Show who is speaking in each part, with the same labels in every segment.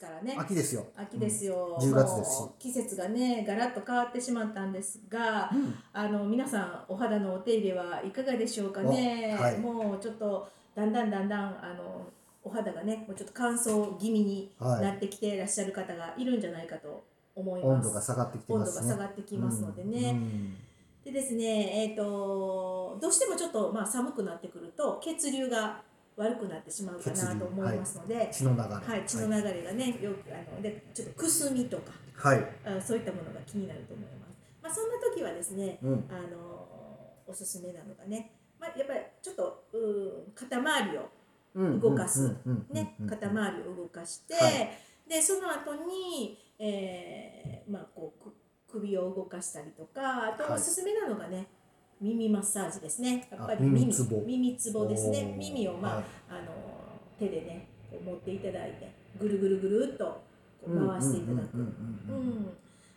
Speaker 1: からね
Speaker 2: 秋ですよ。
Speaker 1: 秋ですよ、
Speaker 2: うん10月ですし
Speaker 1: もう季節がねガラッと変わってしまったんですが
Speaker 2: うん。うん
Speaker 1: あの皆さんお肌のお手入れはいかがでしょうかね、
Speaker 2: おはい
Speaker 1: もうちょっとだんだんだんだんあのお肌がねもうちょっと乾燥気味に
Speaker 2: はい
Speaker 1: なってきていらっしゃる方がいるんじゃないかと思い
Speaker 2: 温
Speaker 1: ます、
Speaker 2: 度が下がってきて
Speaker 1: 温
Speaker 2: ま
Speaker 1: 度
Speaker 2: す
Speaker 1: が
Speaker 2: ね。
Speaker 1: 下がってきますのでね、
Speaker 2: うん
Speaker 1: でですね、えー、とどうしてもちょっと、まあ、寒くなってくると血流が悪くなってしまうか
Speaker 2: 血
Speaker 1: な
Speaker 2: 流
Speaker 1: と思いますので、はい
Speaker 2: 血の流れ。
Speaker 1: 血の流れがねよくあのでちょっとくすみとか
Speaker 2: はい。
Speaker 1: あそういったものが気になると思います、まあ、そんな時はですね
Speaker 2: うん。
Speaker 1: あのおすすめなのがね、まあ、やっぱりちょっとうー肩周りを
Speaker 2: うん
Speaker 1: 動かす。
Speaker 2: うん
Speaker 1: ね、
Speaker 2: うんうん
Speaker 1: 肩周りを動かして、
Speaker 2: は
Speaker 1: でその後に、えーまあこうく首を動かしたりとかあと
Speaker 2: は
Speaker 1: お
Speaker 2: い
Speaker 1: すすめなのがね、耳マッサージですねやっぱり
Speaker 2: あ耳つぼ
Speaker 1: 耳つぼですね
Speaker 2: おー
Speaker 1: 耳を、まあ
Speaker 2: はい
Speaker 1: あの手でねこう持っていただいてぐるぐるぐるっとこう回していただく。
Speaker 2: う
Speaker 1: う
Speaker 2: んうん
Speaker 1: ん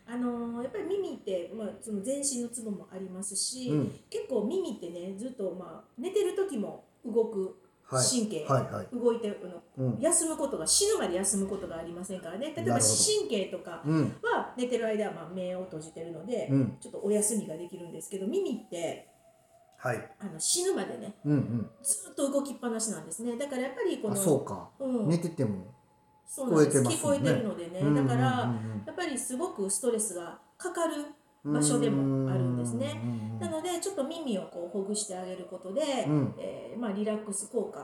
Speaker 1: あのやっぱり耳って、まあ、その全身のツボもありますし、
Speaker 2: うんうんうん
Speaker 1: 結構耳ってねずっと、まあ、寝てる時も動く
Speaker 2: はい
Speaker 1: 神経
Speaker 2: はいはい。
Speaker 1: 動いてるの
Speaker 2: うん。
Speaker 1: 休むことが死ぬまで休むことがありませんからね例えば
Speaker 2: なるほ
Speaker 1: 神経とか
Speaker 2: うん。
Speaker 1: は寝てる間はまあ目を閉じてるので、
Speaker 2: うん。
Speaker 1: ちょっとお休みができるんですけど耳って
Speaker 2: はい。
Speaker 1: あの死ぬまでね
Speaker 2: うんうん。
Speaker 1: ずっと動きっぱなしなんですねだからやっぱりこの
Speaker 2: あ、そうか。
Speaker 1: うん
Speaker 2: 寝てても。
Speaker 1: そうなんです聞
Speaker 2: 聞
Speaker 1: こ
Speaker 2: こ
Speaker 1: え
Speaker 2: え
Speaker 1: て
Speaker 2: て
Speaker 1: る
Speaker 2: ま
Speaker 1: のでね、
Speaker 2: うんうんうん
Speaker 1: だから
Speaker 2: う
Speaker 1: や
Speaker 2: ん
Speaker 1: っぱりすごくストレスがかかる
Speaker 2: うん
Speaker 1: 場所でもあるんですね。
Speaker 2: うんうんうん
Speaker 1: なのでちょっと耳をこうほぐしてあげることで、
Speaker 2: うん
Speaker 1: えーまあ、リラックス効果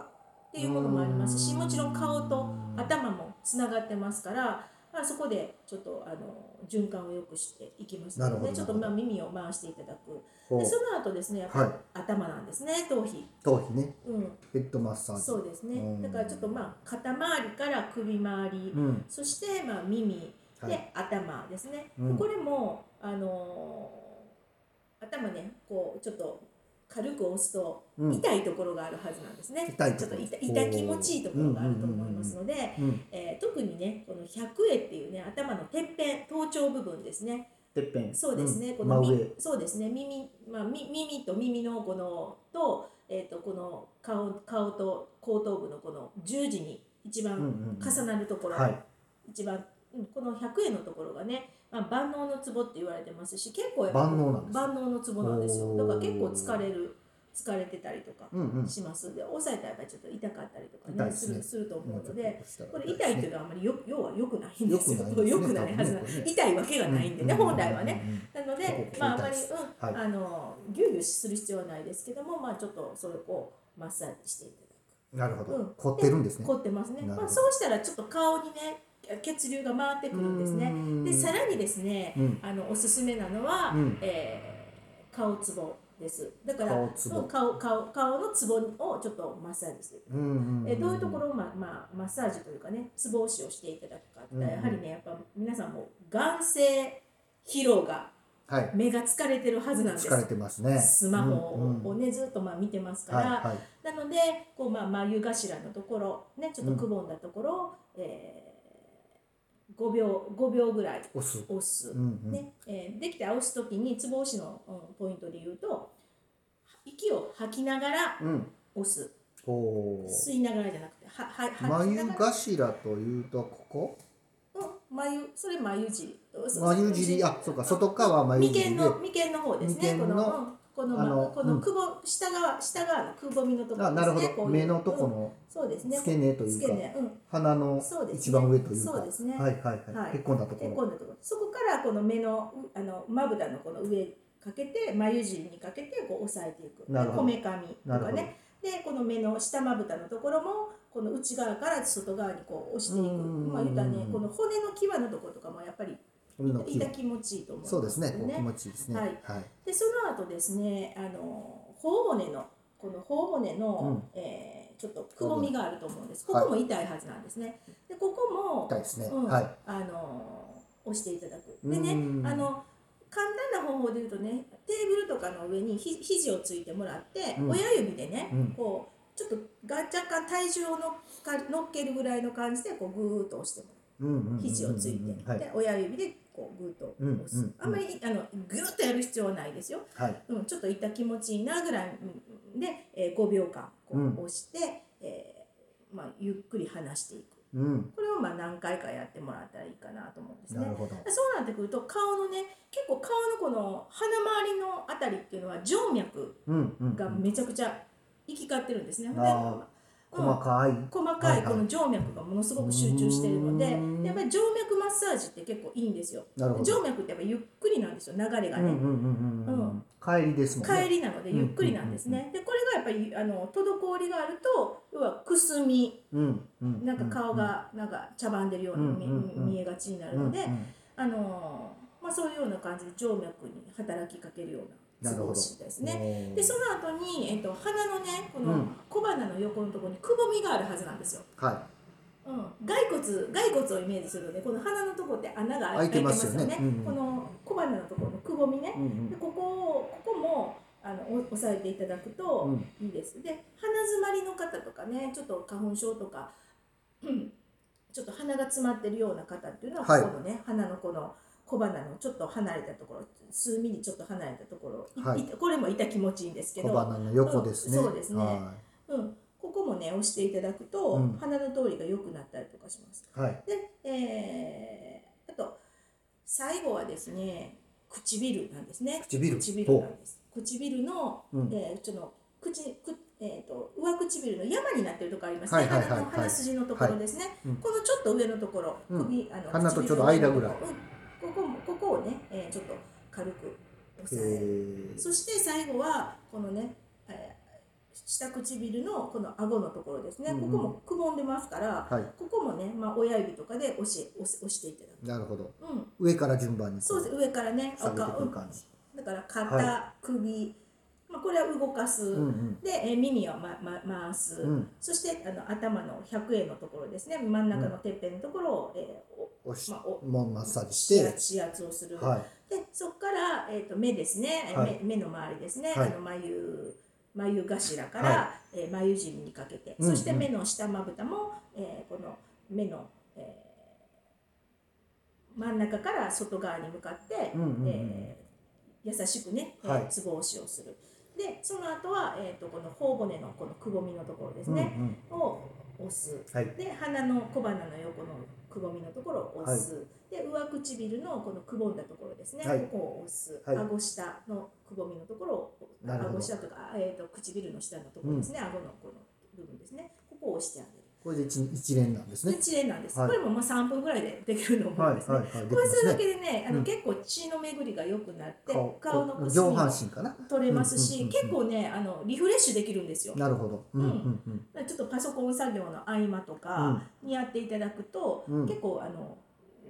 Speaker 1: っていうこともありますしもちろん顔と頭もつながってますから、まあ、そこでちょっとあの循環を良くしていきます
Speaker 2: な
Speaker 1: の
Speaker 2: るほ
Speaker 1: で
Speaker 2: ど
Speaker 1: ちょっとまあ耳を回していただく
Speaker 2: ほ
Speaker 1: で
Speaker 2: う
Speaker 1: その後ですねやっぱ
Speaker 2: はい
Speaker 1: り頭なんですね頭皮、
Speaker 2: 頭皮ね
Speaker 1: う
Speaker 2: ヘッドマッサー
Speaker 1: ん、
Speaker 2: ジ
Speaker 1: そうですね
Speaker 2: うん
Speaker 1: だからちょっとまあ肩周りから首周り、
Speaker 2: うん
Speaker 1: そしてまあ耳で、
Speaker 2: はい
Speaker 1: 頭ですね、
Speaker 2: うん
Speaker 1: これもあのー頭ねこうちょっと軽く押すと
Speaker 2: うん
Speaker 1: 痛いところがあるはずなんですね、
Speaker 2: 痛い
Speaker 1: ちょ
Speaker 2: と
Speaker 1: っ
Speaker 2: ことろ
Speaker 1: 痛痛気持ちいいところがあると思いますので、
Speaker 2: うん
Speaker 1: えー特にねこの百会っていうね頭のてっぺん頭頂部分ですね
Speaker 2: てっぺん
Speaker 1: そうですね、
Speaker 2: ん
Speaker 1: この
Speaker 2: 真
Speaker 1: み
Speaker 2: 上
Speaker 1: そうですね耳まあみ耳と耳のこのとえっ、とこの顔顔と後頭部のこの十字に一
Speaker 2: うん
Speaker 1: 番
Speaker 2: うん
Speaker 1: 重なるところ、
Speaker 2: はい
Speaker 1: 一番うんこの百円のところがね、まあ、万能のツボって言われてますし結構やっぱ
Speaker 2: 万能なんです
Speaker 1: 万能のツボなんですよだから結構
Speaker 2: おー
Speaker 1: 疲れる疲れてたりとか
Speaker 2: うんうん
Speaker 1: しますで抑えたらやっぱりちょっと痛かったりとか
Speaker 2: 痛
Speaker 1: ね
Speaker 2: いです
Speaker 1: す
Speaker 2: ね
Speaker 1: るすると思うので。こ
Speaker 2: こ
Speaker 1: れ痛いっていう
Speaker 2: う
Speaker 1: のはあまりよ要は良くないんですよ。
Speaker 2: 良くないです
Speaker 1: 良
Speaker 2: ね
Speaker 1: くないはずな
Speaker 2: 多分ね
Speaker 1: 痛いわけが
Speaker 2: が
Speaker 1: ないんでね、本来はね。なの
Speaker 2: ここ
Speaker 1: で
Speaker 2: こ、こ
Speaker 1: まあ、あま
Speaker 2: 痛い
Speaker 1: り、
Speaker 2: で
Speaker 1: う
Speaker 2: はい
Speaker 1: ん、あの、ぎゅうぎゅうする必要はないですけども、まあ、ちょっと、それをこう、マッサージしていた
Speaker 2: なるほ
Speaker 1: だく。う
Speaker 2: ど
Speaker 1: ん
Speaker 2: 凝ってるんですね
Speaker 1: 凝ってますね。
Speaker 2: なるほど
Speaker 1: まあ、そうしたら、ちょっと顔にね、血流が回ってくるんですね。で、さらにですね、
Speaker 2: うん
Speaker 1: あの、おすすめなのは、
Speaker 2: うん
Speaker 1: えー顔つぼです。だから、
Speaker 2: 顔つぼ
Speaker 1: うん顔、顔、顔のつぼをちょっとマッサージしていただく。えどういうとこ
Speaker 2: ろ
Speaker 1: ろを、ままあ、マッサージというかねツボ押しをしていただくかって、
Speaker 2: うんうん
Speaker 1: やはりねやっぱ皆さんも眼性疲労が
Speaker 2: はい
Speaker 1: 目が疲れてるはずなんです
Speaker 2: 疲れてますね
Speaker 1: スマホを
Speaker 2: うんうん
Speaker 1: ねずっとまあ見てますから、
Speaker 2: はいはい
Speaker 1: なのでこう、まあ、眉頭のところねちょっとくぼんだところを、えー、5秒5秒ぐらい
Speaker 2: 押す
Speaker 1: 押す、
Speaker 2: うんうん
Speaker 1: ねえーできて押す時にツボ押しの、うんポイントで言うと息を吐きながら
Speaker 2: うん
Speaker 1: 押す
Speaker 2: ほう
Speaker 1: 吸いながらじゃなくてはは吐きながら
Speaker 2: 眉頭というとここ
Speaker 1: うん、眉それ眉尻
Speaker 2: 眉尻あそうか外側は眉
Speaker 1: 眉間
Speaker 2: 尻で
Speaker 1: の眉間の方ですね
Speaker 2: 眉
Speaker 1: こ
Speaker 2: 間
Speaker 1: の
Speaker 2: の
Speaker 1: うんこの,、ま、
Speaker 2: あの
Speaker 1: この
Speaker 2: うん
Speaker 1: くぼ、下側下側のくぼみのところですね
Speaker 2: あなるほ
Speaker 1: こ
Speaker 2: ど
Speaker 1: ういう
Speaker 2: 目のとこ
Speaker 1: うん
Speaker 2: の
Speaker 1: そうですね
Speaker 2: 付け根という
Speaker 1: 付
Speaker 2: か
Speaker 1: け根うん
Speaker 2: 鼻の
Speaker 1: そうですね
Speaker 2: 一番上というか
Speaker 1: そうですね
Speaker 2: はいはい
Speaker 1: は
Speaker 2: はいいへっこんだとこ
Speaker 1: で
Speaker 2: ろ
Speaker 1: 今度のところそこからこの目のうあのまぶたのこの上かけて眉尻にかけてこう押さえていく
Speaker 2: なるほど
Speaker 1: こめかみ
Speaker 2: な
Speaker 1: と
Speaker 2: る
Speaker 1: か
Speaker 2: ほど
Speaker 1: ねでこの目の下まぶたのところもこの内側から外側にこう押していく
Speaker 2: うん
Speaker 1: まあ言ったらねこの骨の際のところとかもやっぱり
Speaker 2: 海の
Speaker 1: 痛
Speaker 2: 際
Speaker 1: 気持ちいいと思います
Speaker 2: そうですねこう
Speaker 1: ね
Speaker 2: 気持ちいいですね
Speaker 1: は
Speaker 2: はいい
Speaker 1: でその後ですねあの頬骨のこの頬骨の、えーちょっとくぼみがあると思うんですこ
Speaker 2: はい
Speaker 1: こも痛いはずなんですねでここも
Speaker 2: 痛いですね
Speaker 1: うん
Speaker 2: は
Speaker 1: あの押していただくでね
Speaker 2: うん
Speaker 1: あの簡単な方法で言うとねテーブルとかの上にひ肘をついてもらって、
Speaker 2: うん
Speaker 1: 親指でね、
Speaker 2: うん
Speaker 1: こうちょっとが若干体重をのっか乗っけるぐらいの感じでこうグーッと押してもらう
Speaker 2: いうんうんうん
Speaker 1: 肘をついて、
Speaker 2: はい
Speaker 1: で親指でこうグーッと押す、
Speaker 2: うんうんうん
Speaker 1: あんまりあのグーッとやる必要はないですよ、
Speaker 2: はい
Speaker 1: うん、ちょっと痛気持ちいいなぐらいで、えー5秒間こ
Speaker 2: うん
Speaker 1: う押して、えーまあ、ゆっくり離していく
Speaker 2: うん。
Speaker 1: これをまあ何回かやってもらったらいいかなと思うんです
Speaker 2: な
Speaker 1: ね
Speaker 2: る。ほど。
Speaker 1: そうなってくると顔のね結構顔のこの鼻周りのあたりっていうのは静脈
Speaker 2: うんうんう
Speaker 1: が
Speaker 2: ん。
Speaker 1: めちゃくちゃ行き交ってるんですね。ほんで
Speaker 2: あ
Speaker 1: うん
Speaker 2: 細かい。
Speaker 1: 細か
Speaker 2: はい
Speaker 1: い
Speaker 2: はい
Speaker 1: この静脈がものすごく集中しているので、
Speaker 2: うーん
Speaker 1: やっぱり静脈マッサージって結構いいんですよ。
Speaker 2: なるほど。
Speaker 1: 静脈ってやっぱゆっくりなんですよ流れが
Speaker 2: う
Speaker 1: ね。
Speaker 2: んうんうんうんうん。帰りですもんね。
Speaker 1: 帰りなのでゆっくりなんですね。でこれがやっぱりあの滞りがあると要はくすみ
Speaker 2: うんうん。
Speaker 1: なんか顔がなんか茶番でるように見,、
Speaker 2: うんうんうん
Speaker 1: 見えがちにな
Speaker 2: あ
Speaker 1: るので、
Speaker 2: うん
Speaker 1: あのーまあ、そういうような感じで静脈に働きかけるようなツボ押しですね。
Speaker 2: ね
Speaker 1: でその後に、えっと鼻のねこ
Speaker 2: う
Speaker 1: の
Speaker 2: ん
Speaker 1: 小鼻の横のところにくぼみがあるはずなんですよ。
Speaker 2: は
Speaker 1: うん、骸骨骸骨をイメージするのでこの鼻のところって穴が開
Speaker 2: 開
Speaker 1: い
Speaker 2: い
Speaker 1: て
Speaker 2: て
Speaker 1: ま
Speaker 2: ますす
Speaker 1: よね。
Speaker 2: よねうん
Speaker 1: この小鼻のところのくぼみね
Speaker 2: い。う。ん
Speaker 1: でここをここもあのお押さえていただくと、
Speaker 2: うん。
Speaker 1: いいです。で鼻詰まりの方とかねちょっと花粉症とか、うんちょっと鼻が詰まってるような方っていうのは、
Speaker 2: はい
Speaker 1: ここのね鼻のこの小鼻のちょっと離れたところ数ミリちょっと離れたところ、い
Speaker 2: はい
Speaker 1: いこれも痛気持ちいいんですけ
Speaker 2: 小
Speaker 1: ど、
Speaker 2: 鼻の横ですね。
Speaker 1: うんそうですね
Speaker 2: は
Speaker 1: うん、ここもね押していただくと、
Speaker 2: うん
Speaker 1: 鼻の通りが良くなったりとかします。
Speaker 2: い。はい。
Speaker 1: で、えーあと最後はですね唇なんですね。
Speaker 2: 唇。
Speaker 1: 唇な
Speaker 2: ほ
Speaker 1: んです。唇の、
Speaker 2: うん
Speaker 1: えーちょっと口くえー、と上唇の山になってるところあります
Speaker 2: は
Speaker 1: ね。
Speaker 2: いはいはいはい
Speaker 1: 鼻の鼻筋のところですね。
Speaker 2: うん
Speaker 1: このちょっと上のところ、
Speaker 2: うん
Speaker 1: 首あの
Speaker 2: 鼻と
Speaker 1: 唇の
Speaker 2: ちょっと間ぐらい
Speaker 1: うんここもここをね、えーちょっと軽く
Speaker 2: う。
Speaker 1: 押さえる。
Speaker 2: へー
Speaker 1: そして最後はこのね、えー下唇のこの顎のところですね。
Speaker 2: うんうん
Speaker 1: ここもくぼんでますから、
Speaker 2: はい。
Speaker 1: ここもね、まあ親指とかで押し押し押していただ
Speaker 2: なるほど。
Speaker 1: く。うん、
Speaker 2: 上から順番にこ
Speaker 1: そうです。上からね、
Speaker 2: 下げて
Speaker 1: 赤
Speaker 2: くる感じ。
Speaker 1: だから肩、
Speaker 2: は
Speaker 1: 首、まあ、これは動かす、
Speaker 2: うんうん。
Speaker 1: でえー耳を、まま、回す、
Speaker 2: うん
Speaker 1: そしてあの頭の100円のところですね真ん中のてっぺんのところを、えーお
Speaker 2: 押し
Speaker 1: まあお
Speaker 2: もうマッサージし
Speaker 1: 指
Speaker 2: て。
Speaker 1: 圧指圧をする、
Speaker 2: はい。
Speaker 1: でそこから、えー、と目ですね、えー
Speaker 2: はい
Speaker 1: 目目の周りですね、
Speaker 2: は
Speaker 1: あ
Speaker 2: い
Speaker 1: の眉眉頭から、
Speaker 2: は
Speaker 1: えー眉尻にかけて、
Speaker 2: うん
Speaker 1: そして目の下まぶたも、えーこの目の、えー真ん中から外側に向かって、
Speaker 2: うんうんうん
Speaker 1: えー優しくね、えー
Speaker 2: はい
Speaker 1: つぼ押しをするでその後は、えー、とこの頬骨のこのくぼみのところです
Speaker 2: うんう
Speaker 1: ね、
Speaker 2: ん。
Speaker 1: を押す
Speaker 2: はい。
Speaker 1: で鼻の小鼻の横のくぼみのところを押す、で上唇のこのくぼんだところですね、
Speaker 2: はい
Speaker 1: ここを押す、
Speaker 2: はい
Speaker 1: 顎下のくぼみのところを
Speaker 2: なるほど
Speaker 1: 顎下とか、えー、と唇の下のところですね、顎のこの部分ですねここを押してあげ
Speaker 2: これで一一連なんです
Speaker 1: る
Speaker 2: ね
Speaker 1: で。治療なんです、
Speaker 2: はい
Speaker 1: これもまあ3分ぐらいでできると思
Speaker 2: は
Speaker 1: う
Speaker 2: い
Speaker 1: んですね、
Speaker 2: はいはい。でき
Speaker 1: これ
Speaker 2: ます
Speaker 1: る
Speaker 2: す
Speaker 1: だ
Speaker 2: ね。
Speaker 1: けでねあの、
Speaker 2: うん
Speaker 1: 結構血の巡りが良くなって
Speaker 2: 顔
Speaker 1: 顔のくすみ
Speaker 2: 上半
Speaker 1: も
Speaker 2: 身かな。
Speaker 1: 取れますし、
Speaker 2: うんうんうんうん
Speaker 1: 結構ねあのリフレッシュできるんですよ
Speaker 2: なるほど。うんうんうん。
Speaker 1: ちょっとパソコン作業の合間とか、にやっていただくと、
Speaker 2: うん
Speaker 1: 結構あの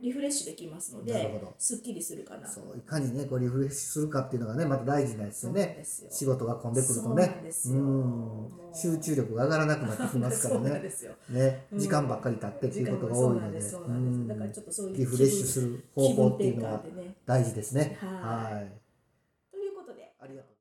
Speaker 1: リフレッシュできますの
Speaker 2: なるほ
Speaker 1: で
Speaker 2: ど
Speaker 1: すっきりするかな
Speaker 2: そういかにねこうリフレッシュするかっていうのがねまた大事なんです
Speaker 1: そ
Speaker 2: よ
Speaker 1: う
Speaker 2: ね
Speaker 1: ですよ
Speaker 2: 仕事が混んでくる
Speaker 1: そ
Speaker 2: と
Speaker 1: うな
Speaker 2: ね
Speaker 1: んですよ
Speaker 2: うん集中力が上がらなくなってきますから
Speaker 1: そうなんで
Speaker 2: ね
Speaker 1: すよ
Speaker 2: ね
Speaker 1: うん
Speaker 2: 時間ばっかり経ってっていうことが多いので
Speaker 1: そうなんですそうなんですだからちょっとそう
Speaker 2: う
Speaker 1: い
Speaker 2: ん
Speaker 1: う
Speaker 2: リフレッシュする
Speaker 1: 気
Speaker 2: 方法
Speaker 1: 分
Speaker 2: ってい
Speaker 1: 転
Speaker 2: うのは
Speaker 1: 換でね
Speaker 2: 大事ですね
Speaker 1: はい
Speaker 2: はい
Speaker 1: ということで
Speaker 2: ありがとう